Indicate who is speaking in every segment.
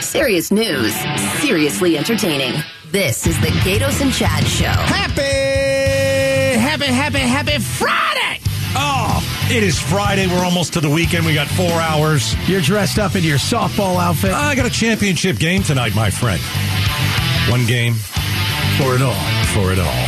Speaker 1: Serious news, seriously entertaining. This is the Gatos and Chad Show.
Speaker 2: Happy, happy, happy, happy Friday!
Speaker 3: Oh, it is Friday. We're almost to the weekend. We got four hours.
Speaker 2: You're dressed up in your softball outfit
Speaker 3: I got a championship game tonight, my friend. One game
Speaker 2: for it all.
Speaker 3: for it all.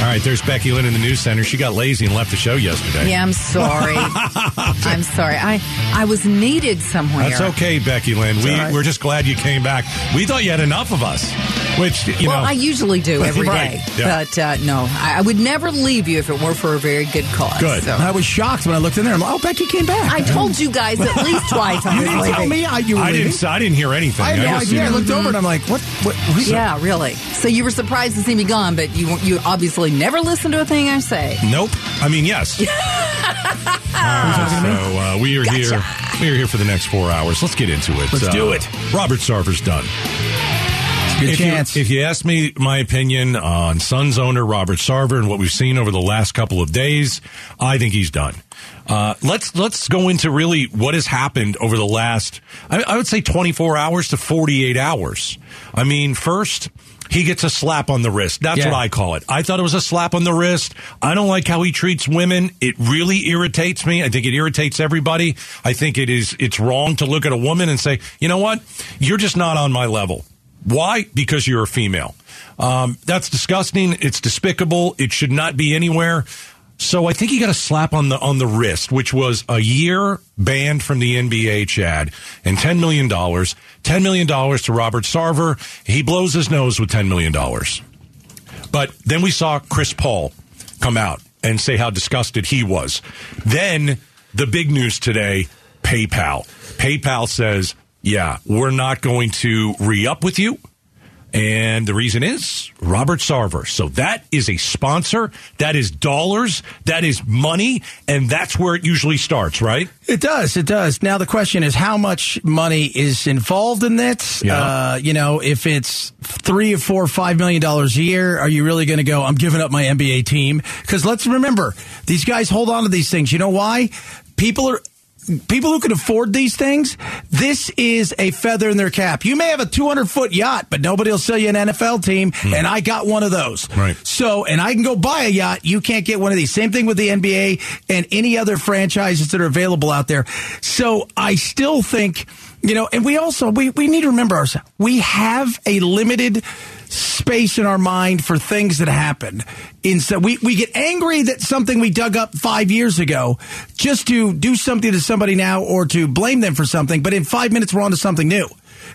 Speaker 3: All right, there's Becky Lynn in the news center. She got lazy and left the show yesterday.
Speaker 4: Yeah, I'm sorry. I'm sorry. I I was needed somewhere.
Speaker 3: That's okay, Becky Lynn. We,
Speaker 2: all right.
Speaker 3: We're just glad you came back. We thought you had enough of us, which, you
Speaker 4: Well,
Speaker 3: know.
Speaker 4: I usually do every day,
Speaker 3: Right, yeah.
Speaker 4: but uh, no, I, I would never leave you if it were for a very good cause.
Speaker 3: Good.
Speaker 4: uh, So.
Speaker 2: I was shocked when I looked in there. I'm like, oh, Becky came back.
Speaker 4: I told you guys at least twice. I
Speaker 2: you
Speaker 4: was
Speaker 2: didn't tell
Speaker 4: leaving.
Speaker 2: me I, you were
Speaker 3: I
Speaker 2: leaving.
Speaker 3: didn't. I didn't hear anything.
Speaker 2: I had no
Speaker 3: just-
Speaker 2: idea. I looked over and I'm like, what? what who's
Speaker 4: Yeah, really. So you were surprised to see me gone, but you you obviously never listen to a thing I say.
Speaker 3: Nope. I mean, yes. All right, so uh, we are here. We are here for the next four hours. Let's get into it.
Speaker 2: Let's
Speaker 3: Uh,
Speaker 2: do it.
Speaker 3: Robert Sarver's done.
Speaker 2: Good
Speaker 3: if
Speaker 2: chance.
Speaker 3: You, if you ask me my opinion on Suns owner Robert Sarver and what we've seen over the last couple of days, I think he's done. Uh, let's let's go into really what has happened over the last I, I would say 24 hours to 48 hours. I mean, first he gets a slap on the wrist. That's
Speaker 2: Yeah.
Speaker 3: what I call it. I thought it was a slap on the wrist. I don't like how he treats women. It really irritates me. I think it irritates everybody. I think it is it's wrong to look at a woman and say, "You know what? You're just not on my level." Why? Because you're a female. Um, that's disgusting. It's despicable. It should not be anywhere. So I think he got a slap on the on the wrist, which was a year banned from the NBA, Chad, and ten million dollars. Ten million dollars to Robert Sarver. He blows his nose with ten million dollars. But then we saw Chris Paul come out and say how disgusted he was. Then the big news today PayPal. PayPal says, yeah, we're not going to re up with you. And the reason is Robert Sarver. So that is a sponsor. That is dollars. That is money. And that's where it usually starts, right?
Speaker 2: It does. It does. Now the question is, how much money is involved in this?
Speaker 3: Yeah.
Speaker 2: Uh, you know, if it's three or four, five million dollars a year, are you really going to go? I'm giving up my NBA team because let's remember these guys hold on to these things. You know why? People are. People who can afford these things, this is a feather in their cap. You may have a 200 foot yacht, but nobody will sell you an NFL team, and I got one of those.
Speaker 3: Hmm. Right.
Speaker 2: So, and I can go buy a yacht. You can't get one of these. Same thing with the NBA and any other franchises that are available out there. So I still think, you know, and we also, we, we need to remember ourselves. We have a limited space in our mind for things that happen. And so we, we get angry that something we dug up five years ago just to do something to somebody now or to blame them for something. But in five minutes, we're on to something new.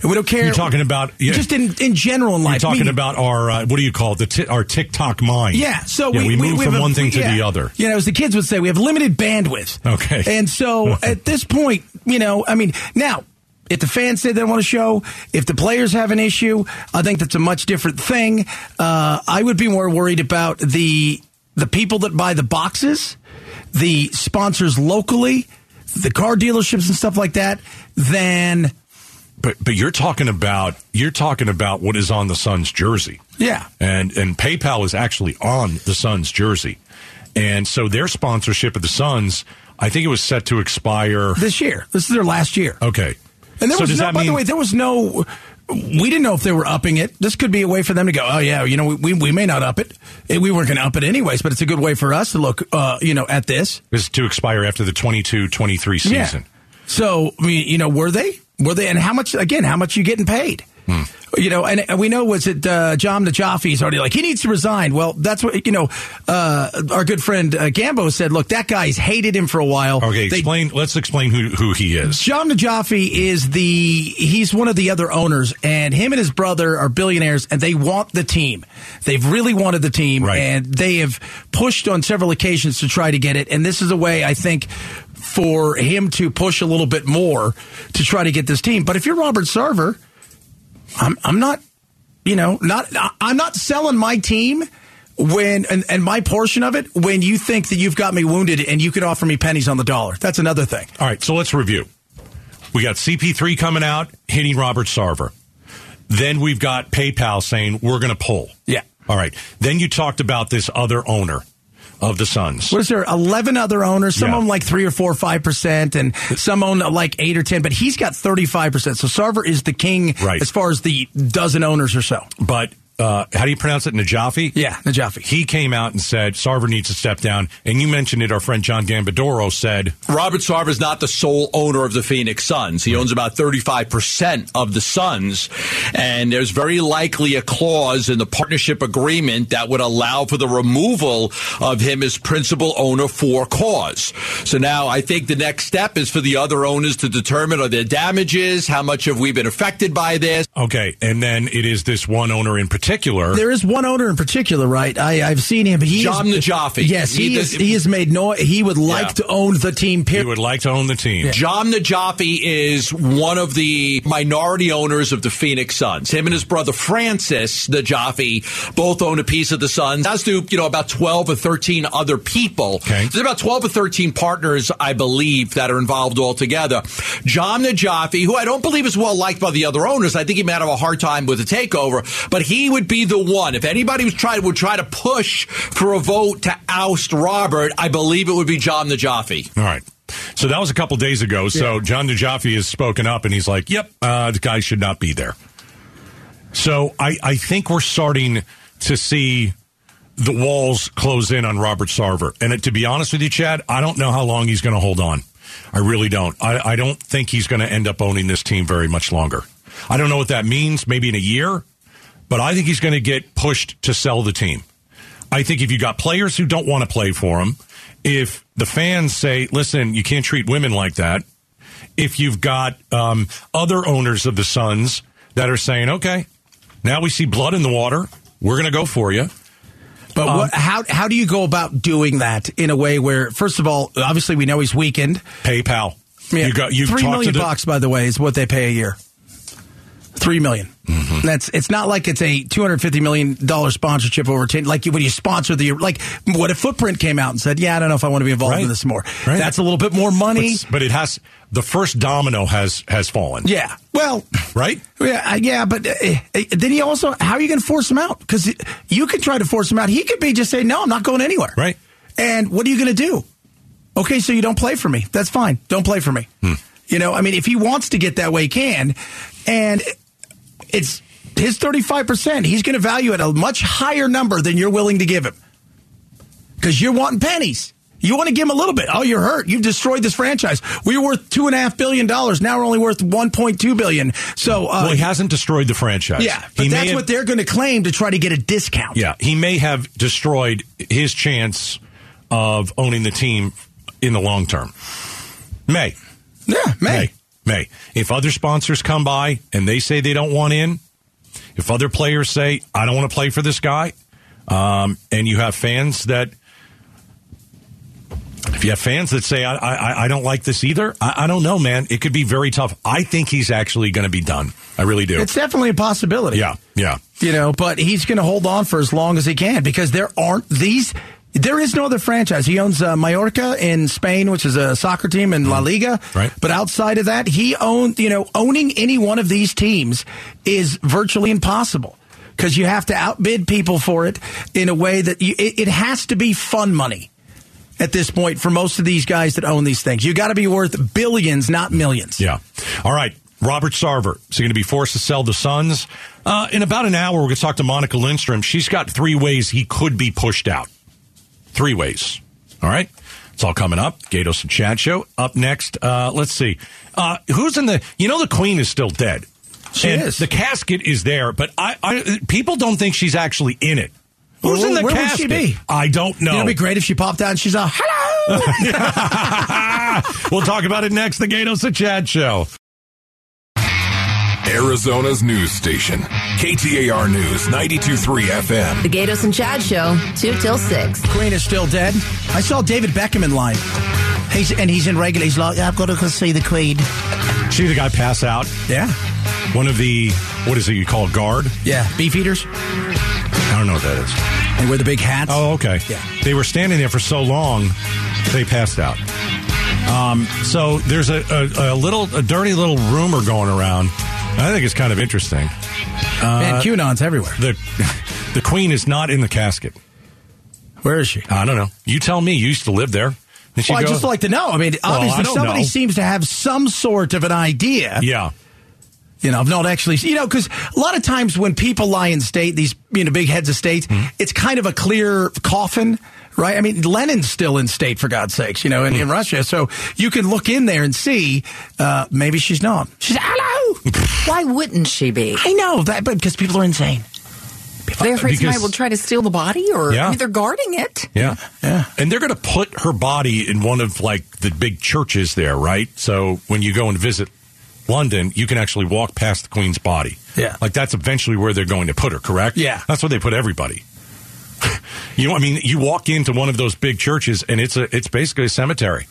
Speaker 2: And we don't care.
Speaker 3: You're talking about- yeah.
Speaker 2: just in, in general in life.
Speaker 3: We're talking
Speaker 2: media.
Speaker 3: about our, uh, what do you call it? The ti- our TikTok mind.
Speaker 2: Yeah, so
Speaker 3: Yeah, we, move
Speaker 2: have
Speaker 3: from
Speaker 2: a-
Speaker 3: one thing to
Speaker 2: yeah.
Speaker 3: the other.
Speaker 2: You know, as the kids would say, we have limited bandwidth.
Speaker 3: Okay.
Speaker 2: and so at this point, you know, I mean, now if the fans say they want to show, if the players have an issue, I think that's a much different thing. Uh, I would be more worried about the the people that buy the boxes, the sponsors locally, the car dealerships and stuff like that, than
Speaker 3: But but you're talking about you're talking about what is on the Suns jersey.
Speaker 2: Yeah.
Speaker 3: And and PayPal is actually on the Suns jersey. And so their sponsorship of the Suns, I think it was set to expire
Speaker 2: this year. This is their last year.
Speaker 3: Okay.
Speaker 2: And there
Speaker 3: so
Speaker 2: was
Speaker 3: does
Speaker 2: no,
Speaker 3: that
Speaker 2: by
Speaker 3: mean
Speaker 2: the way, there was no. We didn't know if they were upping it. This could be a way for them to go, oh yeah, you know, we, we, we may not up it. Eh, We weren't going to up it anyways, but it's a good way for us to look, uh, you know, at this.
Speaker 3: is to expire after the 22-23 season.
Speaker 2: So I mean, you know, were they? Were they? And how much? Again, how much you getting paid?
Speaker 3: Hmm.
Speaker 2: You know, and, and we know was it uh, John Najafi's already like he needs to resign. Well, that's what you know. Uh, our good friend uh, Gambo said. Look, that guy's hated him for a while.
Speaker 3: Okay,
Speaker 2: They
Speaker 3: explain let's explain who who he is.
Speaker 2: John Najafi is the he's one of the other owners, and him and his brother are billionaires, and they want the team. They've really wanted the team,
Speaker 3: Right.
Speaker 2: and they have pushed on several occasions to try to get it. And this is a way I think for him to push a little bit more to try to get this team. But if you're Robert Sarver, I'm I'm not you know not I- I'm not selling my team. When and, and my portion of it, when you think that you've got me wounded and you could offer me pennies on the dollar, that's another thing.
Speaker 3: All right, so let's review. We got CP3 coming out hitting Robert Sarver. Then we've got PayPal saying we're going to pull.
Speaker 2: Yeah.
Speaker 3: All right. Then you talked about this other owner. of the Suns.
Speaker 2: What is there? Eleven other owners. Some
Speaker 3: Yeah.
Speaker 2: own like three or four, five percent, and some own like eight or ten. But he's got thirty-five percent. So Sarver is the king
Speaker 3: Right.
Speaker 2: as far as the dozen owners or so.
Speaker 3: But uh, how do you pronounce it? Najafi?
Speaker 2: Yeah, Najafi.
Speaker 3: He came out and said Sarver needs to step down. And you mentioned it. Our friend John Gambadoro said
Speaker 5: Robert Sarver is not the sole owner of the Phoenix Suns. He owns about 35% of the Suns. And there's very likely a clause in the partnership agreement that would allow for the removal of him as principal owner for cause. So now I think the next step is for the other owners to determine are there damages? How much have we been affected by this?
Speaker 3: Okay, and then it is this one owner in particular.
Speaker 2: There is one owner in particular, right? I, I've seen him. He
Speaker 5: John
Speaker 2: is,
Speaker 5: Najafi.
Speaker 2: Yes, he,
Speaker 5: He
Speaker 2: is.
Speaker 5: does-
Speaker 2: He has made no. He would like
Speaker 5: Yeah.
Speaker 2: to own the team.
Speaker 3: he
Speaker 2: Period.
Speaker 3: would like to own the team.
Speaker 5: John Najafi is one of the minority owners of the Phoenix Suns. Him and his brother Francis Najafi both own a piece of the Suns, as do, you know, about 12 or 13 other people.
Speaker 3: Okay.
Speaker 5: There's about 12 or 13 partners, I believe, that are involved altogether. John Najafi, who I don't believe is well liked by the other owners, I think he might have a hard time with the takeover, but he would be the one. If anybody was trying, would try to push for a vote to oust Robert, I believe it would be John Najafi.
Speaker 3: All right. So that was a couple days ago. So John DeJaffe has spoken up and he's like, yep, uh, the guy should not be there. So I, I think we're starting to see the walls close in on Robert Sarver. And it, to be honest with you, Chad, I don't know how long he's going to hold on. I really don't. I, I don't think he's going to end up owning this team very much longer. I don't know what that means, maybe in a year, but I think he's going to get pushed to sell the team. I think if you got players who don't want to play for him, if the fans say, listen, you can't treat women like that, if you've got um, other owners of the Suns that are saying, okay, now we see blood in the water, we're going to go for you.
Speaker 2: But what, how how do you go about doing that in a way where, first of all, obviously we know he's weakened.
Speaker 3: PayPal. You got you
Speaker 2: Three
Speaker 3: talked
Speaker 2: million
Speaker 3: to the,
Speaker 2: bucks, by the way, is what they pay a year. Three million.
Speaker 3: Mm-hmm.
Speaker 2: That's it's not like it's a two hundred fifty million dollar sponsorship over ten. Like you, when you sponsor the like, what if Footprint came out and said, "Yeah, I don't know if I want to be involved
Speaker 3: Right.
Speaker 2: in this more."
Speaker 3: Right.
Speaker 2: That's a little bit more money.
Speaker 3: But, but it has the first domino has has fallen.
Speaker 2: yeah. Well,
Speaker 3: Right?
Speaker 2: Yeah, I- yeah, but uh, uh, then he also, how are you going to force him out? Because you could try to force him out. He could be just say, no, I'm not going anywhere.
Speaker 3: Right.
Speaker 2: And what are you going to do? Okay, so you don't play for me. That's fine. Don't play for me. You know, I mean, if he wants to get that way, he can. And it's his 35%. He's going to value at a much higher number than you're willing to give him because you're wanting pennies. You want to give him a little bit. Oh, you're hurt. You've destroyed this franchise. We were worth two and a half billion dollars. Now we're only worth one point two billion. So, uh,
Speaker 3: Well, he hasn't destroyed the franchise.
Speaker 2: yeah, but
Speaker 3: he may
Speaker 2: that's
Speaker 3: have-
Speaker 2: what they're going to claim to try to get a discount.
Speaker 3: Yeah, he may have destroyed his chance of owning the team in the long term. May.
Speaker 2: yeah, man.
Speaker 3: May. May. If other sponsors come by and they say they don't want in, if other players say, I don't want to play for this guy, um, and you have fans that. If you have fans that say, I, I, I don't like this either, I, I don't know, man. It could be very tough. I think he's actually going to be done. I really do.
Speaker 2: It's definitely a possibility.
Speaker 3: yeah, yeah.
Speaker 2: you know, but he's going to hold on for as long as he can because there aren't these. There is no other franchise. He owns uh, Mallorca in Spain, which is a soccer team in La Liga.
Speaker 3: Mm. Right.
Speaker 2: But outside of that, he owned, you know, owning any one of these teams is virtually impossible because you have to outbid people for it in a way that you, it, it has to be fun money at this point for most of these guys that own these things. You got to be worth billions, not millions.
Speaker 3: Yeah. All right. Robert Sarver is going to be forced to sell the Suns. Uh, in about an hour, we're going to talk to Monica Lindstrom. She's got three ways he could be pushed out. Three ways. All right. It's all coming up. Gatos and Chad Show. Up next, uh, let's see. Uh, who's in the. You know, the Queen is still dead.
Speaker 2: She
Speaker 3: And
Speaker 2: is.
Speaker 3: The casket is there, but I, I people don't think she's actually in it. Who's
Speaker 2: Well,
Speaker 3: in the
Speaker 2: where would she
Speaker 3: casket?
Speaker 2: be?
Speaker 3: I don't know.
Speaker 2: It'd be great if she popped out and she's like, hello.
Speaker 3: we'll talk about it next. The Gatos and Chad Show.
Speaker 6: Arizona's news station. KTAR News 923 FM.
Speaker 1: The Gatos and Chad Show, 2 till 6.
Speaker 2: Queen is still dead. I saw David Beckham in line. He's and he's in regular. He's like, I've got to go see the Queen.
Speaker 3: See the guy pass out?
Speaker 2: Yeah,
Speaker 3: one of the what is it you call guard?
Speaker 2: yeah. Beef eaters.
Speaker 3: I don't know what that is.
Speaker 2: They wear the big hats.
Speaker 3: Oh, okay.
Speaker 2: Yeah.
Speaker 3: They were standing there for so long, they passed out. Um, so there's a, a, a little, a dirty little rumor going around. I think it's kind of interesting.
Speaker 2: Uh, man, QAnon's everywhere.
Speaker 3: The the queen is not in the casket.
Speaker 2: Where is she?
Speaker 3: I don't know. You tell me. You used to live there. Did she
Speaker 2: Well, I
Speaker 3: go-
Speaker 2: just like to know. I mean,
Speaker 3: Well, I
Speaker 2: obviously,
Speaker 3: don't
Speaker 2: somebody
Speaker 3: know.
Speaker 2: seems to have some sort of an idea.
Speaker 3: Yeah.
Speaker 2: You know, of not actually, you know, because a lot of times when people lie in state, these, you know, big heads of states,
Speaker 3: Mm-hmm.
Speaker 2: it's kind of a clear coffin, right? I mean, Lenin's still in state, for God's sakes, you know, in,
Speaker 3: Mm.
Speaker 2: in Russia. So you can look in there and see, uh, maybe she's not. She's, hello!
Speaker 4: Why wouldn't she be?
Speaker 2: I know that, but because people are insane.
Speaker 4: They're afraid somebody
Speaker 3: Because-
Speaker 4: will try to steal the body, or
Speaker 3: Yeah.
Speaker 4: I mean, they're guarding it.
Speaker 3: Yeah.
Speaker 2: Yeah.
Speaker 3: And they're going to put her body in one of like the big churches there, right? So when you go and visit London, you can actually walk past the Queen's body.
Speaker 2: Yeah.
Speaker 3: Like that's eventually where they're going to put her, correct?
Speaker 2: Yeah.
Speaker 3: That's where they put everybody. you know, I mean, you walk into one of those big churches and it's a it's basically a cemetery.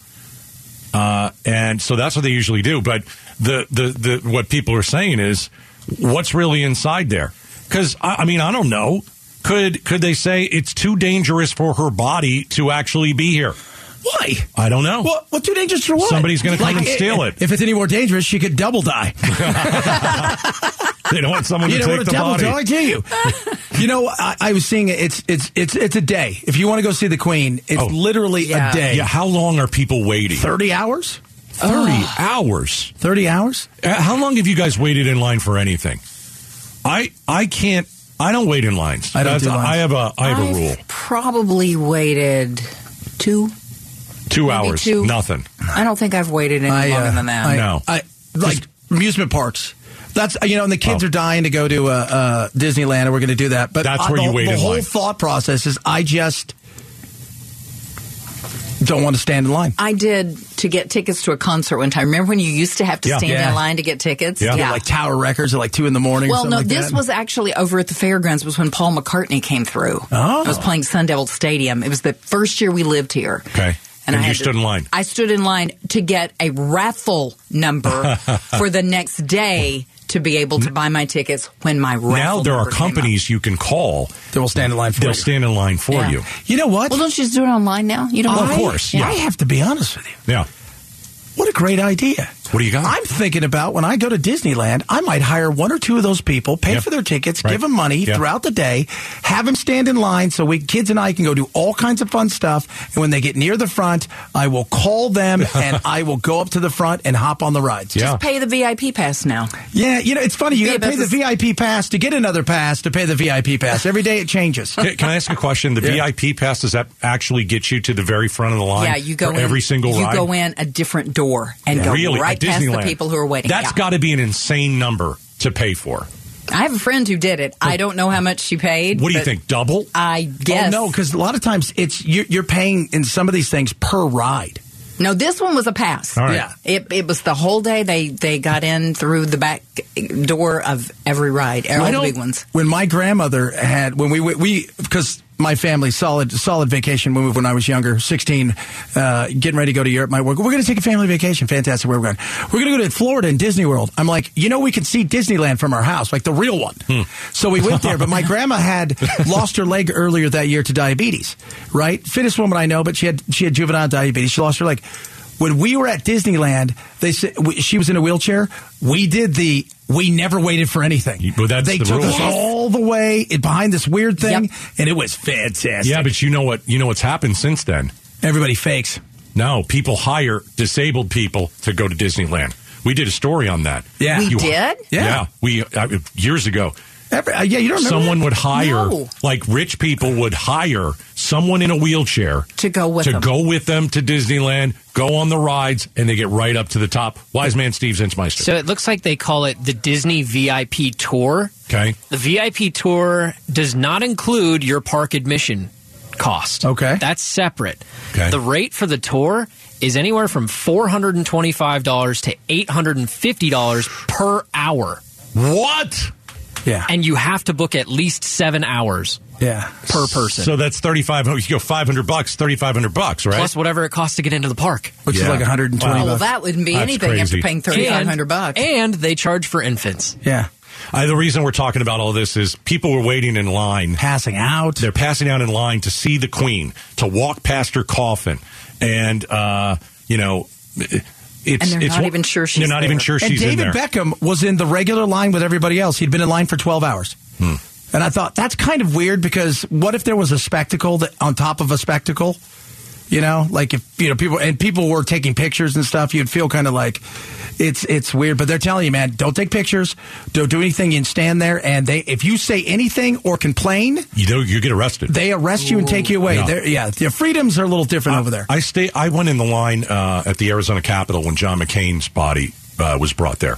Speaker 3: Uh, and so that's what they usually do. But the, the, the what people are saying is, what's really inside there? Because I, I mean, I don't know. Could could they say it's too dangerous for her body to actually be here?
Speaker 2: Why?
Speaker 3: I don't know.
Speaker 2: What, what too dangerous for what? eh,
Speaker 3: Somebody's gonna come and
Speaker 2: i-
Speaker 3: steal it.
Speaker 2: If it's any more dangerous, she could double die.
Speaker 3: they don't want someone to
Speaker 2: you know
Speaker 3: take
Speaker 2: what a
Speaker 3: the
Speaker 2: devil
Speaker 3: body.
Speaker 2: dog to you. you know, I, I was seeing it. It's it's it's it's a day. If you want to go see the Queen, it's
Speaker 3: Oh.
Speaker 2: literally
Speaker 4: Yeah.
Speaker 2: a day.
Speaker 3: Yeah, how long are people waiting?
Speaker 2: Thirty hours.
Speaker 3: Thirty hours.
Speaker 2: Thirty hours.
Speaker 3: Uh, How long have you guys waited in line for anything? I I can't. I don't wait in lines.
Speaker 2: I don't do lines.
Speaker 3: I have a I have a rule.
Speaker 4: probably waited two.
Speaker 3: Two hours.
Speaker 4: two.
Speaker 3: Nothing.
Speaker 4: I don't think I've waited any
Speaker 2: I, uh,
Speaker 4: longer than that.
Speaker 2: I,
Speaker 3: No.
Speaker 2: I like amusement parks. That's you know, and the kids
Speaker 3: Oh.
Speaker 2: are dying to go to uh, uh, Disneyland, and we're going to do that. But
Speaker 3: That's
Speaker 2: I-
Speaker 3: where
Speaker 2: the,
Speaker 3: you wait
Speaker 2: The
Speaker 3: in
Speaker 2: whole
Speaker 3: line.
Speaker 2: thought process is, I just don't want to stand in line.
Speaker 4: I did to get tickets to a concert one time. Remember when you used to have to
Speaker 3: Yeah.
Speaker 4: stand
Speaker 2: Yeah.
Speaker 4: in line to get tickets?
Speaker 3: Yeah.
Speaker 2: Like Tower Records at like two in the morning. or
Speaker 4: Well,
Speaker 2: something
Speaker 4: no,
Speaker 2: like
Speaker 4: this
Speaker 2: that.
Speaker 4: was actually over at the fairgrounds. Was when Paul McCartney came through.
Speaker 2: Oh.
Speaker 4: I was playing Sun Devil Stadium. It was the first year we lived here.
Speaker 3: Okay. And
Speaker 4: I
Speaker 3: you
Speaker 4: had
Speaker 3: stood in line.
Speaker 4: I stood in line to get a raffle number for the next day to be able to buy my tickets when my raffle.
Speaker 3: now there are
Speaker 4: number came up.
Speaker 3: companies you can call.
Speaker 2: They will stand in line for
Speaker 3: They'll
Speaker 2: you.
Speaker 3: stand in line for
Speaker 4: Yeah.
Speaker 3: you.
Speaker 2: you know what?
Speaker 4: Well, don't you just do it online now? You don't.
Speaker 3: Well, of
Speaker 2: I-
Speaker 3: course, yeah.
Speaker 2: I have to be honest with you.
Speaker 3: Yeah.
Speaker 2: What a great idea.
Speaker 3: What do you got?
Speaker 2: I'm thinking about when I go to Disneyland, I might hire one or two of those people, pay
Speaker 3: Yeah.
Speaker 2: for their tickets,
Speaker 3: Right.
Speaker 2: give them money
Speaker 3: Yeah.
Speaker 2: throughout the day, have them stand in line so we kids and I can go do all kinds of fun stuff. And when they get near the front, I will call them and I will go up to the front and hop on the rides.
Speaker 3: Yeah.
Speaker 4: Just pay the VIP pass now.
Speaker 2: Yeah, you know, it's funny. You
Speaker 4: Yeah,
Speaker 2: got to pay the
Speaker 4: that's
Speaker 2: VIP pass to get another pass to pay the VIP pass. Every day it changes.
Speaker 3: Can, can I ask a question? The
Speaker 2: Yeah.
Speaker 3: VIP pass does that actually get you to the very front of the line?
Speaker 4: Yeah, you go
Speaker 3: for
Speaker 4: in,
Speaker 3: every single
Speaker 4: You
Speaker 3: ride.
Speaker 4: go in a different door and go
Speaker 3: really
Speaker 4: right
Speaker 3: at
Speaker 4: past the
Speaker 3: Disneyland.
Speaker 4: people who are waiting.
Speaker 3: That's
Speaker 4: yeah.
Speaker 3: got to be an insane number to pay for.
Speaker 4: I have a friend who did it. I don't know how much she paid.
Speaker 3: What do you
Speaker 4: but
Speaker 3: think? Double?
Speaker 4: I guess.
Speaker 2: Oh, no, because a lot of times it's you're, you're paying in some of these things per ride.
Speaker 4: No, this one was a pass.
Speaker 3: All right.
Speaker 2: Yeah.
Speaker 4: It, it was the whole day. They they got in through the back door of every ride, all the
Speaker 2: don't-
Speaker 4: big ones.
Speaker 2: When my grandmother had when we we because my family solid solid vacation we moved when I was younger, sixteen, uh, getting ready to go to Europe. My work, we're going to take a family vacation. Fantastic, where we're going? We're going to go to Florida and Disney World. I'm like, you know, we could see Disneyland from our house, like the real one. So we went there, but my grandma had lost her leg earlier that year to diabetes. Right, fittest woman I know, but she had she had juvenile diabetes. She lost her leg. When we were at Disneyland, they said we, she was in a wheelchair. We did the we never waited for anything.
Speaker 3: You- well, that's
Speaker 2: they
Speaker 3: the
Speaker 2: took
Speaker 3: rule.
Speaker 2: us all the way in- behind this weird thing,
Speaker 4: Yep.
Speaker 2: and it was fantastic.
Speaker 3: yeah, but you know what? You know what's happened since then.
Speaker 2: everybody fakes.
Speaker 3: No, people hire disabled people to go to Disneyland. We did a story on that.
Speaker 2: Yeah. We
Speaker 4: did?
Speaker 3: Yeah,
Speaker 2: Yeah.
Speaker 3: we uh, years ago.
Speaker 2: Every, uh, yeah, you don't remember
Speaker 3: someone
Speaker 2: that?
Speaker 3: would hire
Speaker 4: No.
Speaker 3: like rich people would hire someone in a wheelchair
Speaker 4: To go with
Speaker 3: to
Speaker 4: them.
Speaker 3: go with them to Disneyland, go on the rides, and they get right up to the top. Wise man Steve Zinsmeister.
Speaker 7: So it looks like they call it the Disney VIP tour.
Speaker 3: okay.
Speaker 7: The VIP tour does not include your park admission cost.
Speaker 2: Okay.
Speaker 7: That's separate.
Speaker 3: Okay.
Speaker 7: The rate for the tour is anywhere from $425 to $850 per hour.
Speaker 3: What?
Speaker 2: Yeah,
Speaker 7: And you have to book at least seven hours
Speaker 2: yeah.
Speaker 7: per person.
Speaker 3: So that's thirty five. You go five hundred bucks, thirty five hundred bucks, right?
Speaker 7: Plus whatever it costs to get into the park.
Speaker 2: Which is
Speaker 3: Yeah.
Speaker 2: like 120
Speaker 3: Wow.
Speaker 4: Oh, well,
Speaker 2: bucks.
Speaker 4: that wouldn't be
Speaker 3: That's
Speaker 4: anything
Speaker 3: crazy.
Speaker 4: after paying thirty five
Speaker 7: And-
Speaker 4: hundred bucks.
Speaker 7: And they charge for infants.
Speaker 2: yeah,
Speaker 3: I, the reason we're talking about all this is people were waiting in line
Speaker 2: passing out.
Speaker 3: they're passing out in line to see the queen to walk past her coffin and uh you know it's
Speaker 4: And they're
Speaker 3: it's
Speaker 4: not
Speaker 3: one-
Speaker 4: even sure she's
Speaker 3: they're not even
Speaker 4: there.
Speaker 3: sure
Speaker 2: and
Speaker 3: she's in
Speaker 2: David
Speaker 3: there Hmm.
Speaker 2: Beckham was in the regular line with everybody else. He'd been in line for 12 hours. And I thought that's kind of weird because what if there was a spectacle that on top of a spectacle? You know, like if you know people and people were taking pictures and stuff, you'd feel kind of like it's it's weird. But they're telling you, man, don't take pictures, don't do anything. You can stand there, and they if you say anything or complain,
Speaker 3: You know, you get arrested.
Speaker 2: they arrest you and take you away.
Speaker 3: Yeah. Uh,
Speaker 2: They're- Yeah, their freedoms are a little different over there.
Speaker 3: I stay. I went in the line uh, at the Arizona Capitol when John McCain's body uh, was brought there,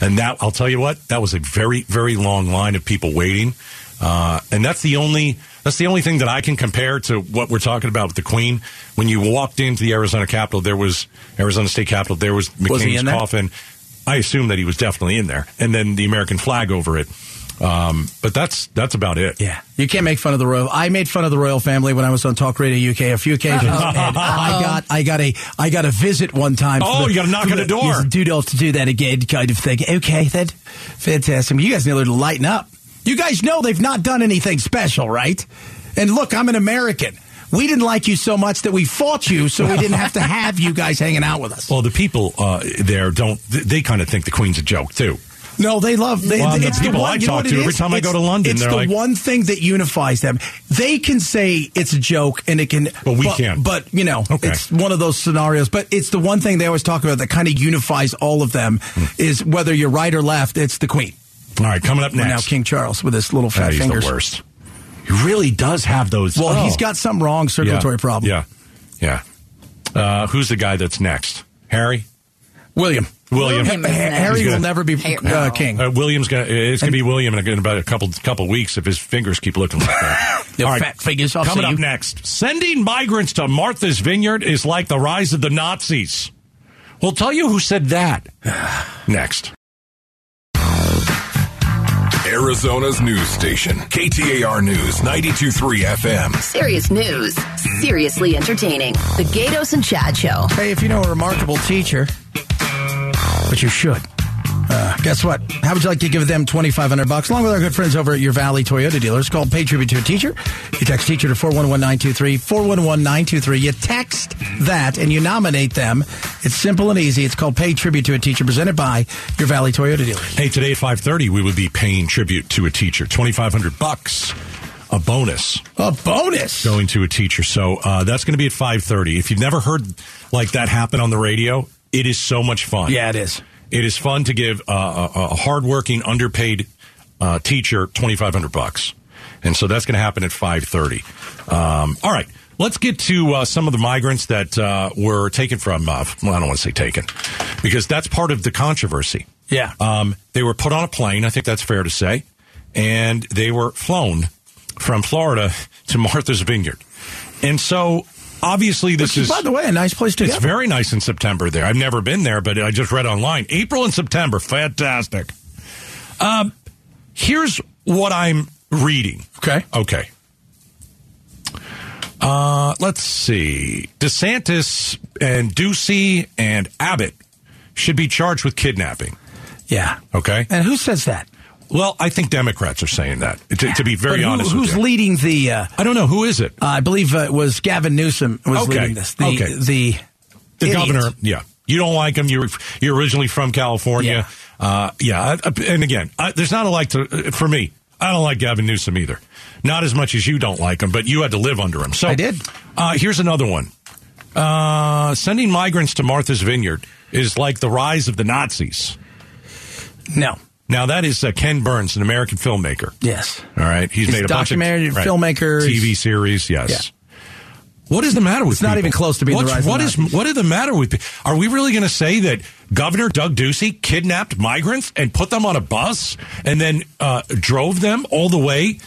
Speaker 3: and that I'll tell you what that was a very very long line of people waiting, uh, and that's the only that's the only thing that I can compare to what we're talking about with the Queen. When you walked into the Arizona Capitol, there was Arizona State Capitol. There was
Speaker 2: Was he
Speaker 3: McCain's
Speaker 2: in there?
Speaker 3: coffin. I assume that he was definitely in there, and then the American flag over it. Um, but that's that's about it.
Speaker 2: Yeah, you can't make fun of the royal. I made fun of the royal family when I was on Talk Radio UK a few occasions, and I got I got a I got a visit one time. from
Speaker 3: Oh, you got a knock
Speaker 2: from
Speaker 3: on the door.
Speaker 2: Yes, Dude, I'll have to do that again, kind of thing. Okay, then, fantastic. You guys need to lighten up. You guys know they've not done anything special, right? And look, I'm an American. We didn't like you so much that we fought you, so we didn't have to have you guys hanging out with us.
Speaker 3: Well, the people uh, there don't. They, they kind of think the Queen's a joke too.
Speaker 2: No, they love. They,
Speaker 3: Well, the
Speaker 2: it's the
Speaker 3: people
Speaker 2: one,
Speaker 3: I
Speaker 2: you know
Speaker 3: talk
Speaker 2: what it
Speaker 3: to, every
Speaker 2: is?
Speaker 3: time I go
Speaker 2: It's-
Speaker 3: to London,
Speaker 2: it's
Speaker 3: they're
Speaker 2: the
Speaker 3: like-
Speaker 2: one thing that unifies them. They can say it's a joke, and it can,
Speaker 3: But we can't.
Speaker 2: But you know,
Speaker 3: Okay.
Speaker 2: it's one of those scenarios. But it's the one thing they always talk about that kind of unifies all of them
Speaker 3: Hmm.
Speaker 2: is whether you're right or left. It's the Queen.
Speaker 3: All right, coming up
Speaker 2: Or
Speaker 3: next.
Speaker 2: now King Charles with his little
Speaker 3: Yeah,
Speaker 2: fat
Speaker 3: he's
Speaker 2: fingers.
Speaker 3: the worst. He really does have those.
Speaker 2: Well,
Speaker 3: oh.
Speaker 2: he's got something wrong,
Speaker 3: Yeah.
Speaker 2: circulatory problem.
Speaker 3: Yeah, yeah. Uh, who's the guy that's next? Harry
Speaker 2: William.
Speaker 3: William.
Speaker 4: William.
Speaker 2: Ha- Harry
Speaker 3: He's
Speaker 2: will
Speaker 3: gonna-
Speaker 2: never be
Speaker 4: Harry-
Speaker 2: uh,
Speaker 4: no.
Speaker 2: king.
Speaker 3: Uh, William's gonna. It's gonna be William in, a- in about a couple couple weeks if his fingers keep looking like that.
Speaker 2: The
Speaker 3: All right.
Speaker 2: fat fingers. I'll
Speaker 3: Coming
Speaker 2: see
Speaker 3: up
Speaker 2: you.
Speaker 3: next, sending migrants to Martha's Vineyard is like the rise of the Nazis. We'll tell you who said that next.
Speaker 6: Arizona's news station. KTAR News 923 FM.
Speaker 1: Serious news, seriously entertaining. The Gatos and Chad Show.
Speaker 2: Hey, if you know a remarkable teacher, but you should. Uh, guess what? How would you like to give them 2500 bucks along with our good friends over at your Valley Toyota dealers? Call Pay Tribute to a Teacher. You text teacher to 411923, 411923. You text that and you nominate them. It's simple and easy. It's called Pay Tribute to a Teacher presented by your Valley Toyota dealers.
Speaker 3: Hey, today at five thirty, we would be paying tribute to a teacher. Twenty five hundred bucks, a bonus.
Speaker 2: A bonus.
Speaker 3: going to a teacher. So uh, that's going to be at five thirty. If you've never heard like that happen on the radio, it is so much fun.
Speaker 2: Yeah, it is.
Speaker 3: it is fun to give uh, a, a hardworking, underpaid uh, teacher twenty five hundred bucks, and so that's going to happen at five thirty. Um, all right. Let's get to uh, some of the migrants that uh, were taken from. Uh, well, I don't want to say taken, because that's part of the controversy.
Speaker 2: Yeah.
Speaker 3: Um, they were put on a plane. I think that's fair to say. And they were flown from Florida to Martha's Vineyard. And so obviously this
Speaker 2: Which is,
Speaker 3: is.
Speaker 2: by the way, a nice place to
Speaker 3: it's
Speaker 2: go.
Speaker 3: very nice in September there. I've never been there, but I just read online. April and September, fantastic. Um, here's what I'm reading.
Speaker 2: Okay.
Speaker 3: Okay. Uh, let's see. DeSantis and Ducey and Abbott should be charged with kidnapping.
Speaker 2: yeah.
Speaker 3: Okay.
Speaker 2: And who says that?
Speaker 3: Well, I think Democrats are saying that. To, to be very
Speaker 2: But who-
Speaker 3: honest,
Speaker 2: who's
Speaker 3: with you.
Speaker 2: leading the. Uh,
Speaker 3: I don't know who is it.
Speaker 2: Uh, I believe uh, it was Gavin Newsom was
Speaker 3: Okay.
Speaker 2: leading this. The,
Speaker 3: Okay.
Speaker 2: the,
Speaker 3: The
Speaker 2: idiot.
Speaker 3: governor. Yeah, you don't like him. You're you're originally from California. Uh, yeah, I- I- and again, I, there's not a like to uh, for me. I don't like Gavin Newsom either. Not as much as you don't like him, but you had to live under him. So
Speaker 2: I did.
Speaker 3: Uh, here's another one. Uh, sending migrants to Martha's Vineyard is like the rise of the Nazis.
Speaker 2: No.
Speaker 3: Now that is uh, Ken Burns, an American filmmaker.
Speaker 2: Yes.
Speaker 3: All right, he's,
Speaker 2: He's
Speaker 3: made a
Speaker 2: a documentary
Speaker 3: bunch of
Speaker 2: filmmaker.
Speaker 3: TV series. Yes. What is the matter with? It's
Speaker 2: not even close to being the rise of
Speaker 3: what is
Speaker 2: Nazis.
Speaker 3: what is the matter with? pe- Are we really going to say that Governor Doug Ducey kidnapped migrants and put them on a bus and then uh, drove them all the way?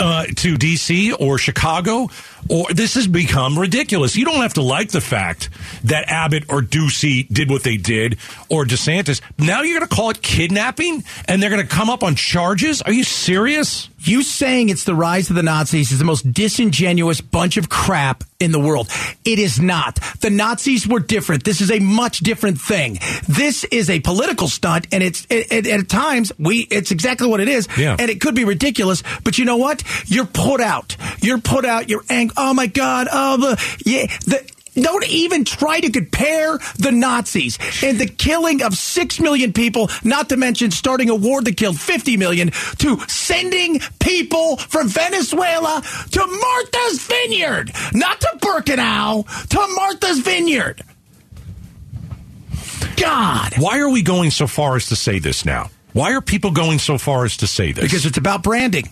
Speaker 3: Uh, to DC or Chicago, or this has become ridiculous. You don't have to like the fact that Abbott or Ducey did what they did, or DeSantis. Now you're going to call it kidnapping, and they're going to come up on charges. Are you serious?
Speaker 2: You saying it's the rise of the Nazis is the most disingenuous bunch of crap in the world. It is not. The Nazis were different. This is a much different thing. This is a political stunt, and it's it, it, at times we it's exactly what it is.
Speaker 3: Yeah.
Speaker 2: And it could be ridiculous, but you know what? You're put out. You're put out. You're angry. Oh my God. Oh, the, yeah. The, Don't even try to compare the Nazis and the killing of 6 million people, not to mention starting a war that killed 50 million, to sending people from Venezuela to Martha's Vineyard, not to Birkenau, to Martha's Vineyard. God.
Speaker 3: Why are we going so far as to say this now? Why are people going so far as to say this?
Speaker 2: Because it's about branding.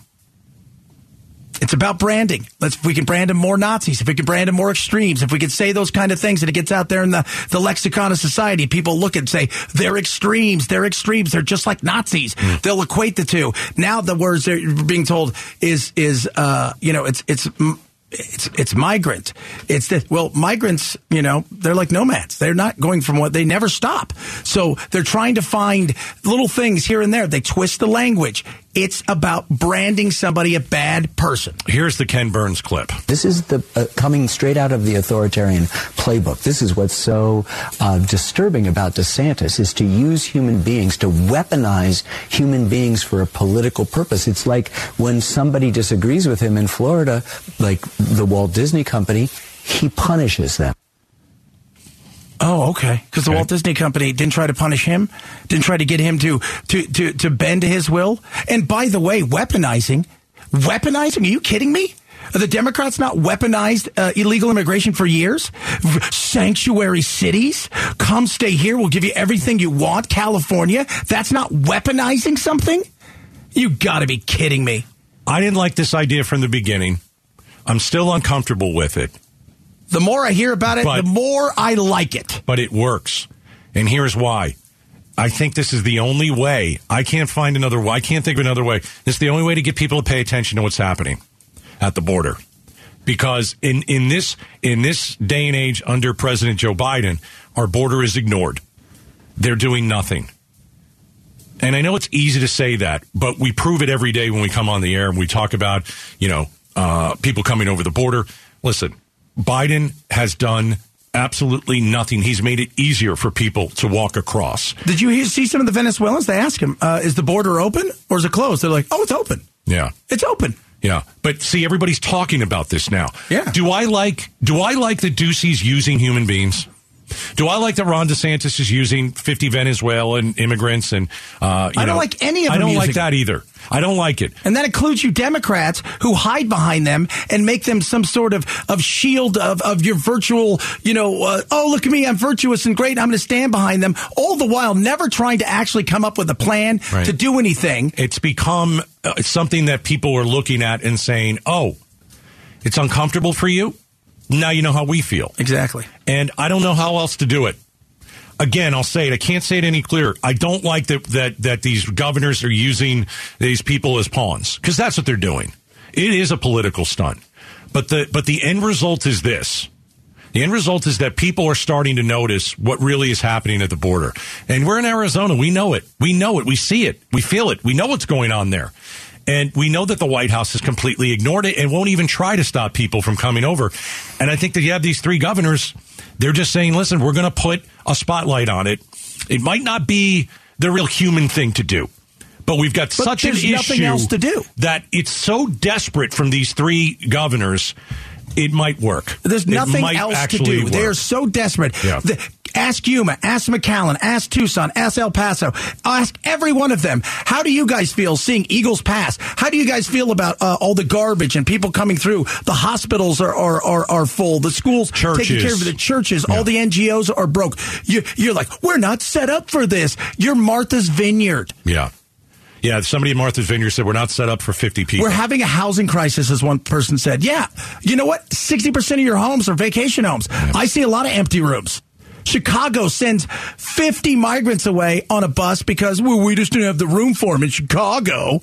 Speaker 2: It's about branding. Let's if we can brand him more Nazis, if we can brand him more extremes, if we can say those kind of things and it gets out there in the, the lexicon of society, people look and say, They're extremes, they're extremes, they're just like Nazis. They'll equate the two. Now the words they're being told is is uh, you know, it's it's mm, it's it's migrant. It's that well, migrants, you know, they're like nomads. They're not going from what they never stop. So they're trying to find little things here and there. They twist the language. It's about branding somebody a bad person.
Speaker 3: Here's the Ken Burns clip.
Speaker 8: This is the uh, coming straight out of the authoritarian playbook. This is what's so uh, disturbing about DeSantis is to use human beings to weaponize human beings for a political purpose. It's like when somebody disagrees with him in Florida, like the Walt Disney Company, he punishes them.
Speaker 2: Oh, okay. Because the Walt Disney Company didn't try to punish him, didn't try to get him to to to to bend to his will. And by the way, weaponizing, weaponizing. Are you kidding me? Are the Democrats not weaponized uh, illegal immigration for years? V- Sanctuary cities, come stay here. We'll give you everything you want. California. That's not weaponizing something. You got to be kidding me.
Speaker 3: I didn't like this idea from the beginning. I'm still uncomfortable with it,
Speaker 2: The more I hear about it,
Speaker 3: But-
Speaker 2: the more I like it.
Speaker 3: but it works. And here's why. I think this is the only way. I can't find another way. I can't think of another way. This is the only way to get people to pay attention to what's happening at the border. Because in, in this in this day and age under President Joe Biden, our border is ignored. They're doing nothing. And I know it's easy to say that, but we prove it every day when we come on the air and we talk about, you know, uh, people coming over the border. Listen, Biden has done absolutely nothing. He's made it easier for people to walk across.
Speaker 2: Did you hear, see some of the Venezuelans? They ask him, uh, "Is the border open or is it closed?" They're like, "Oh, it's open.
Speaker 3: Yeah.
Speaker 2: It's open."
Speaker 3: Yeah. But see, everybody's talking about this now.
Speaker 2: Yeah.
Speaker 3: Do I like do I like that Ducey's using human beings? Do I like that Ron DeSantis is using 50 Venezuelan immigrants and uh, you
Speaker 2: I don't
Speaker 3: know,
Speaker 2: like any of
Speaker 3: I
Speaker 2: them
Speaker 3: don't like
Speaker 2: using-
Speaker 3: that either. I don't like it.
Speaker 2: And that includes you Democrats who hide behind them and make them some sort of, of shield of, of your virtual, you know, uh, oh, look at me, I'm virtuous and great, I'm going to stand behind them, all the while never trying to actually come up with a plan
Speaker 3: Right.
Speaker 2: to do anything.
Speaker 3: it's become uh, something that people are looking at and saying, "Oh, it's uncomfortable for you. Now you know how we feel."
Speaker 2: Exactly.
Speaker 3: And I don't know how else to do it. Again, I'll say it. I can't say it any clearer. I don't like that that that these governors are using these people as pawns because that's what they're doing. It is a political stunt. But the but the end result is this. The end result is that people are starting to notice what really is happening at the border. And we're in Arizona. We know it. We know it. We see it. We feel it. We know what's going on there. And we know that the White House has completely ignored it and won't even try to stop people from coming over. And I think that you have these three governors, they're just saying, listen, we're going to put a spotlight on it. It might not be the real human thing to do, but we've got
Speaker 2: But
Speaker 3: such an
Speaker 2: there's
Speaker 3: issue
Speaker 2: nothing else to do.
Speaker 3: that it's so desperate from these three governors, it might work.
Speaker 2: There's
Speaker 3: It
Speaker 2: nothing
Speaker 3: might
Speaker 2: else to
Speaker 3: actually
Speaker 2: do.
Speaker 3: work.
Speaker 2: They are so desperate.
Speaker 3: Yeah.
Speaker 2: The- ask Yuma, ask McAllen, ask Tucson, ask El Paso, ask every one of them. How do you guys feel seeing Eagles pass? How do you guys feel about uh, all the garbage and people coming through? The hospitals are are, are, are full. The schools taking
Speaker 3: Churches.
Speaker 2: care of the churches. All the NGOs are broke. You, you're like, we're not set up for this. You're Martha's Vineyard.
Speaker 3: Yeah. Yeah, somebody in Martha's Vineyard said we're not set up for 50 people.
Speaker 2: We're having a housing crisis, as one person said. Yeah. You know what? 60% of your homes are vacation homes. I see a lot of empty rooms. Chicago sends 50 migrants away on a bus because, well, we just didn't have the room for them in Chicago.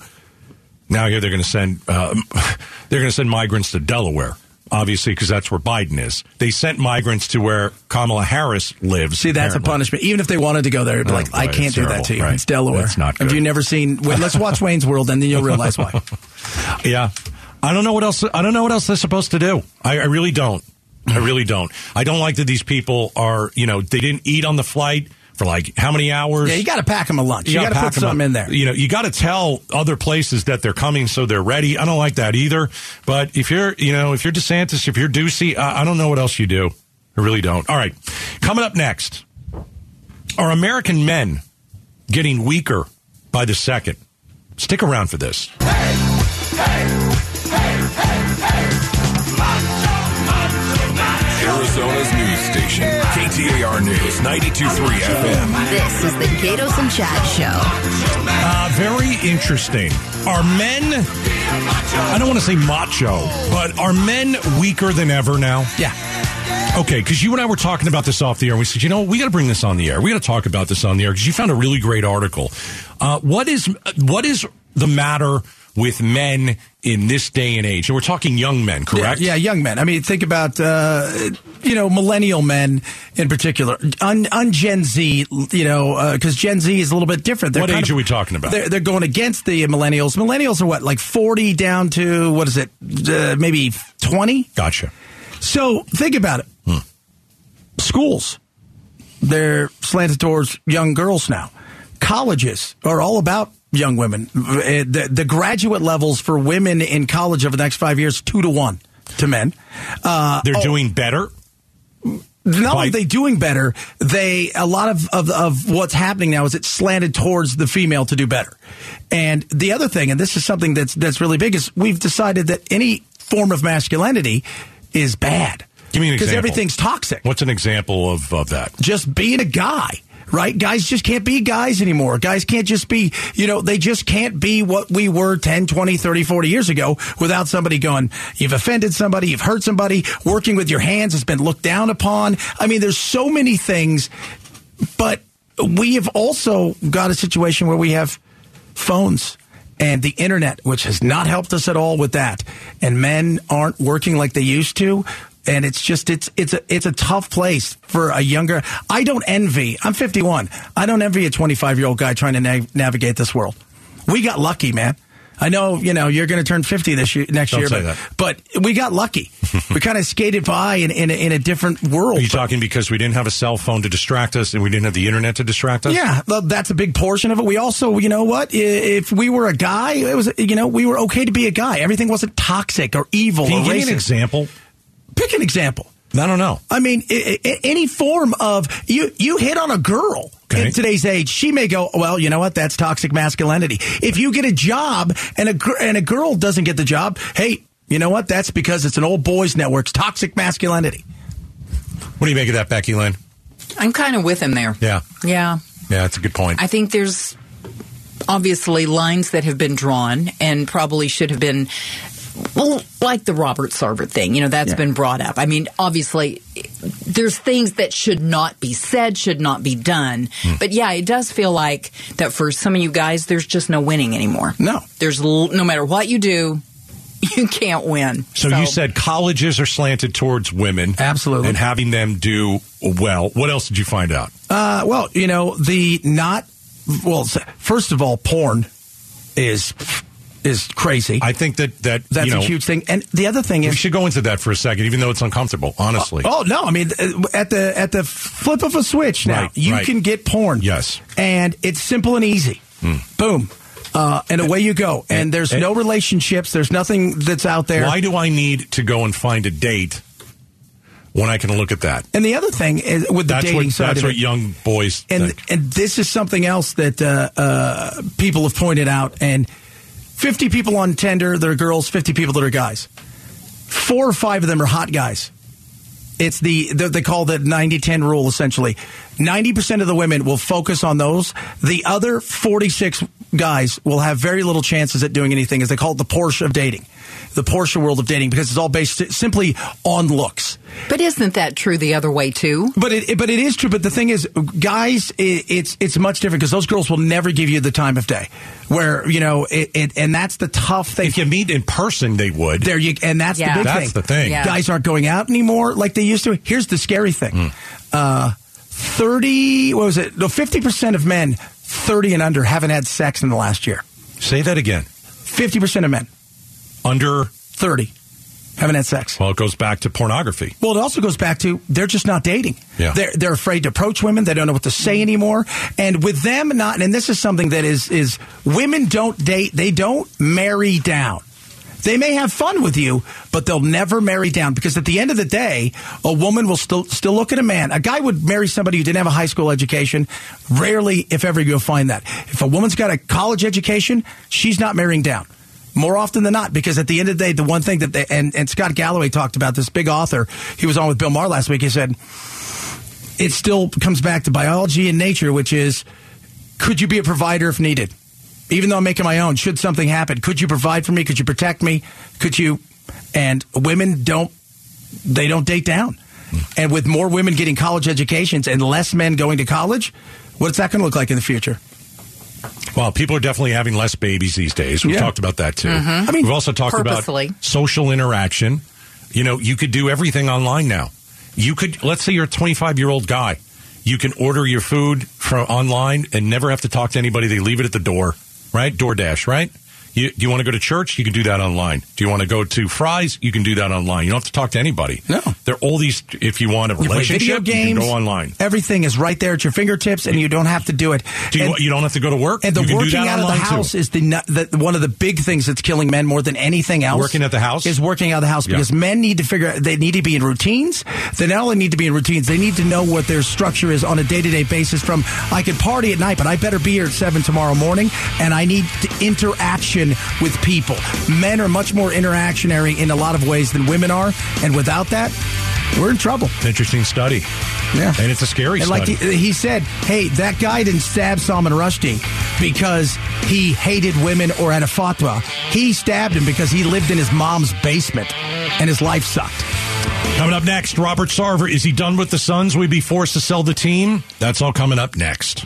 Speaker 3: now here they're going to send uh, they're going to send migrants to Delaware, obviously because that's where Biden is. They sent migrants to where Kamala Harris lives.
Speaker 2: See, that's
Speaker 3: apparently.
Speaker 2: a punishment. Even if they wanted to go there, it'd be
Speaker 3: Oh,
Speaker 2: like, I
Speaker 3: right,
Speaker 2: can't
Speaker 3: it's
Speaker 2: do
Speaker 3: terrible,
Speaker 2: that to you.
Speaker 3: right.
Speaker 2: It's Delaware.
Speaker 3: That's not
Speaker 2: Have
Speaker 3: good.
Speaker 2: you never seen? Wait, let's watch Wayne's World, and then you'll realize why.
Speaker 3: Yeah, I don't know what else. I don't know what else they're supposed to do. I, I really don't. I really don't. I don't like that these people are. You know, they didn't eat on the flight for like how many hours?
Speaker 2: Yeah, you got to pack them a lunch. You, got to
Speaker 3: gotta
Speaker 2: put
Speaker 3: pack 'em up.
Speaker 2: something in there.
Speaker 3: You know, you got to tell other places that they're coming so they're ready. I don't like that either. But if you're, you know, if you're DeSantis, if you're Ducey, I, I don't know what else you do. I really don't. All right. Coming up next are American men getting weaker by the second? Stick around for this.
Speaker 6: Arizona's news station, KTAR News 923 FM.
Speaker 1: This is the Gatos and Chad Show.
Speaker 3: Uh, very interesting. Are men, I don't want to say macho, but are men weaker than ever now?
Speaker 2: Yeah.
Speaker 3: Okay, because you and I were talking about this off the air. We said, you know, we got to bring this on the air. We got to talk about this on the air because you found a really great article. Uh, what is what is the matter with men in this day and age? And we're talking young men, correct?
Speaker 2: Yeah, young men. I mean, think about uh, you know millennial men in particular, un, un Gen Z. You know, because Gen Z is a little bit different.
Speaker 3: What
Speaker 2: kind
Speaker 3: age are we talking about?
Speaker 2: They're, they're going against the millennials. Millennials are what, like forty down to what is it? Uh, maybe twenty.
Speaker 3: Gotcha.
Speaker 2: So think about it.
Speaker 3: Hmm.
Speaker 2: Schools, they're slanted towards young girls now. Colleges are all about young women. Uh, The, the graduate levels for women in college over the next five years, two to one to men. Uh,
Speaker 3: They're
Speaker 2: oh.
Speaker 3: doing better.
Speaker 2: Not only
Speaker 3: Right.
Speaker 2: are they doing better, they a lot of, of, of what's happening now is it's slanted towards the female to do better. And the other thing, and this is something that's that's really big, is we've decided that any form of masculinity is bad.
Speaker 3: Give me an
Speaker 2: Because
Speaker 3: example.
Speaker 2: everything's toxic.
Speaker 3: What's an example of, of that?
Speaker 2: just being a guy, right? Guys just can't be guys anymore. Guys can't just be, you know, they just can't be what we were 10, 20, 30, 40 years ago without somebody going, you've offended somebody, you've hurt somebody, working with your hands has been looked down upon. I mean, there's so many things, but we have also got a situation where we have phones and the internet, which has not helped us at all with that. And men aren't working like they used to. And it's just it's it's a it's a tough place for a younger. I don't envy. I'm 51. I don't envy a 25 year old guy trying to na- navigate this world. We got lucky, man. I know you know you're going to turn 50 this year next
Speaker 3: Don't
Speaker 2: year,
Speaker 3: say
Speaker 2: but,
Speaker 3: that.
Speaker 2: but we got lucky. we kind of skated by in in a, in a different world.
Speaker 3: Are you talking because we didn't have a cell phone to distract us and we didn't have the internet to distract us?
Speaker 2: Yeah, th- that's a big portion of it. We also, you know what? I- If we were a guy, it was, you know, we were okay to be a guy. Everything wasn't toxic or evil
Speaker 3: Can
Speaker 2: or
Speaker 3: you give me
Speaker 2: racist.
Speaker 3: an example?
Speaker 2: Pick an example.
Speaker 3: I don't know.
Speaker 2: I mean, I- I- any form of you you hit on a girl
Speaker 3: Okay.
Speaker 2: in today's age, she may go, well, you know what? That's toxic masculinity. If you get a job and a gr- and a girl doesn't get the job, hey, you know what? That's because it's an old boys network. It's toxic masculinity.
Speaker 3: What do you make of that, Becky Lynn?
Speaker 4: I'm kind of with him there.
Speaker 3: Yeah.
Speaker 4: Yeah.
Speaker 3: Yeah, that's a good point.
Speaker 4: I think there's obviously lines that have been drawn and probably should have been. Well, like the Robert Sarver thing, you know, that's been brought up. I mean, obviously, there's things that should not be said, should not be done.
Speaker 2: Hmm.
Speaker 4: But yeah, it does feel like that for some of you guys, there's just no winning anymore.
Speaker 2: No.
Speaker 4: There's l- no matter what you do, you can't win.
Speaker 3: so, you said colleges are slanted towards women.
Speaker 2: Absolutely.
Speaker 3: And having them do well. What else did you find out?
Speaker 2: Uh, well, you know, the not well. s- First of all, porn is is crazy.
Speaker 3: I think that, that
Speaker 2: That's
Speaker 3: you know,
Speaker 2: a huge thing. And the other thing
Speaker 3: we
Speaker 2: is,
Speaker 3: should go into that for a second, even though it's uncomfortable, honestly.
Speaker 2: oh no, I mean, uh, at the at the flip of a switch now,
Speaker 3: Right,
Speaker 2: you
Speaker 3: right.
Speaker 2: can get porn.
Speaker 3: Yes. Hmm.
Speaker 2: and it's simple and easy. Boom. Uh, and away you go. And there's
Speaker 3: and-
Speaker 2: no relationships. There's nothing that's out there.
Speaker 3: Why do I need to go and find a date when I can look at that?
Speaker 2: And the other thing is with the
Speaker 3: That's
Speaker 2: dating
Speaker 3: what,
Speaker 2: side
Speaker 3: that's
Speaker 2: of
Speaker 3: what
Speaker 2: it,
Speaker 3: young boys
Speaker 2: and
Speaker 3: think.
Speaker 2: and this is something else that uh, uh, people have pointed out. And fifty people on Tinder that are girls, fifty people that are guys. Four or five of them are hot guys. It's the, the they call the 90-10 rule essentially. Ninety percent of the women will focus on those. The other forty-six guys will have very little chances at doing anything, as they call it the Porsche of dating, the Porsche world of dating, because it's all based simply on looks.
Speaker 4: But isn't that true the other way, too?
Speaker 2: But it, it- but it is true. But the thing is, guys, it, it's it's much different because those girls will never give you the time of day. Where you know it, it and that's the tough thing.
Speaker 3: if you meet in person, they would.
Speaker 2: there you and that's
Speaker 4: Yeah.
Speaker 2: the big
Speaker 3: That's
Speaker 2: thing.
Speaker 3: the thing.
Speaker 4: Yeah.
Speaker 2: Guys aren't going out anymore like they used to. Here's the scary thing.
Speaker 3: Hmm.
Speaker 2: Uh, thirty. What was it? No, fifty percent of men thirty and under haven't had sex in the last year.
Speaker 3: Say that again.
Speaker 2: Fifty percent of men
Speaker 3: Under,
Speaker 2: thirty haven't had sex.
Speaker 3: well, it goes back to pornography.
Speaker 2: Well, it also goes back to they're just not dating.
Speaker 3: Yeah.
Speaker 2: They're, they're afraid to approach women. They don't know what to say anymore. And with them not, and this is something that is is women don't date. They don't marry down. They may have fun with you, but they'll never marry down because at the end of the day, a woman will still still look at a man. A guy would marry somebody who didn't have a high school education. Rarely, if ever, you'll find that. If a woman's got a college education, she's not marrying down more often than not because at the end of the day the one thing that they, and, and scott galloway talked about this big author he was on with bill maher last week he said it still comes back to biology and nature which is could you be a provider if needed even though i'm making my own should something happen could you provide for me could you protect me could you and women don't they don't date down and with more women getting college educations and less men going to college what's that going to look like in the future
Speaker 3: Well, people are definitely having less babies these days. We've
Speaker 2: Yeah. Mm-hmm.
Speaker 3: talked about that too.
Speaker 2: I mean,
Speaker 3: We've also talked
Speaker 4: purposely.
Speaker 3: about social interaction. You know, you could do everything online now. You could, let's say you're a 25 year old guy, you can order your food from online and never have to talk to anybody. They leave it at the door, right? DoorDash, right? You, do you want to go to church? You can do that online. Do you want to go to Fry's? You can do that online. You don't have to talk to anybody.
Speaker 2: No.
Speaker 3: There are all these, if you want a
Speaker 2: You play
Speaker 3: relationship,
Speaker 2: video games
Speaker 3: you can go online.
Speaker 2: everything is right there at your fingertips and you don't have to do it
Speaker 3: Do you,
Speaker 2: And-
Speaker 3: you don't have to go to work.
Speaker 2: And
Speaker 3: you
Speaker 2: the
Speaker 3: can do
Speaker 2: working out
Speaker 3: that
Speaker 2: of the
Speaker 3: online, too.
Speaker 2: house is the, nu- the one of the big things that's killing men more than anything else.
Speaker 3: Working at the house?
Speaker 2: is working out of the house
Speaker 3: Yeah.
Speaker 2: because men need to figure out they need to be in routines. They not only need to be in routines, they need to know what their structure is on a day to day basis. From I could party at night, but I better be here at seven tomorrow morning, and I need to interaction with people. Men are much more interactionary in a lot of ways than women are, and without that, we're in trouble.
Speaker 3: Interesting study.
Speaker 2: Yeah.
Speaker 3: And it's a scary
Speaker 2: And like
Speaker 3: study.
Speaker 2: he, he said, hey, that guy didn't stab Salman Rushdie because he hated women or had a fatwa. He stabbed him because he lived in his mom's basement and his life sucked.
Speaker 3: coming up next, Robert Sarver, is he done with the Suns? We'd be forced to sell the team? That's all coming up next.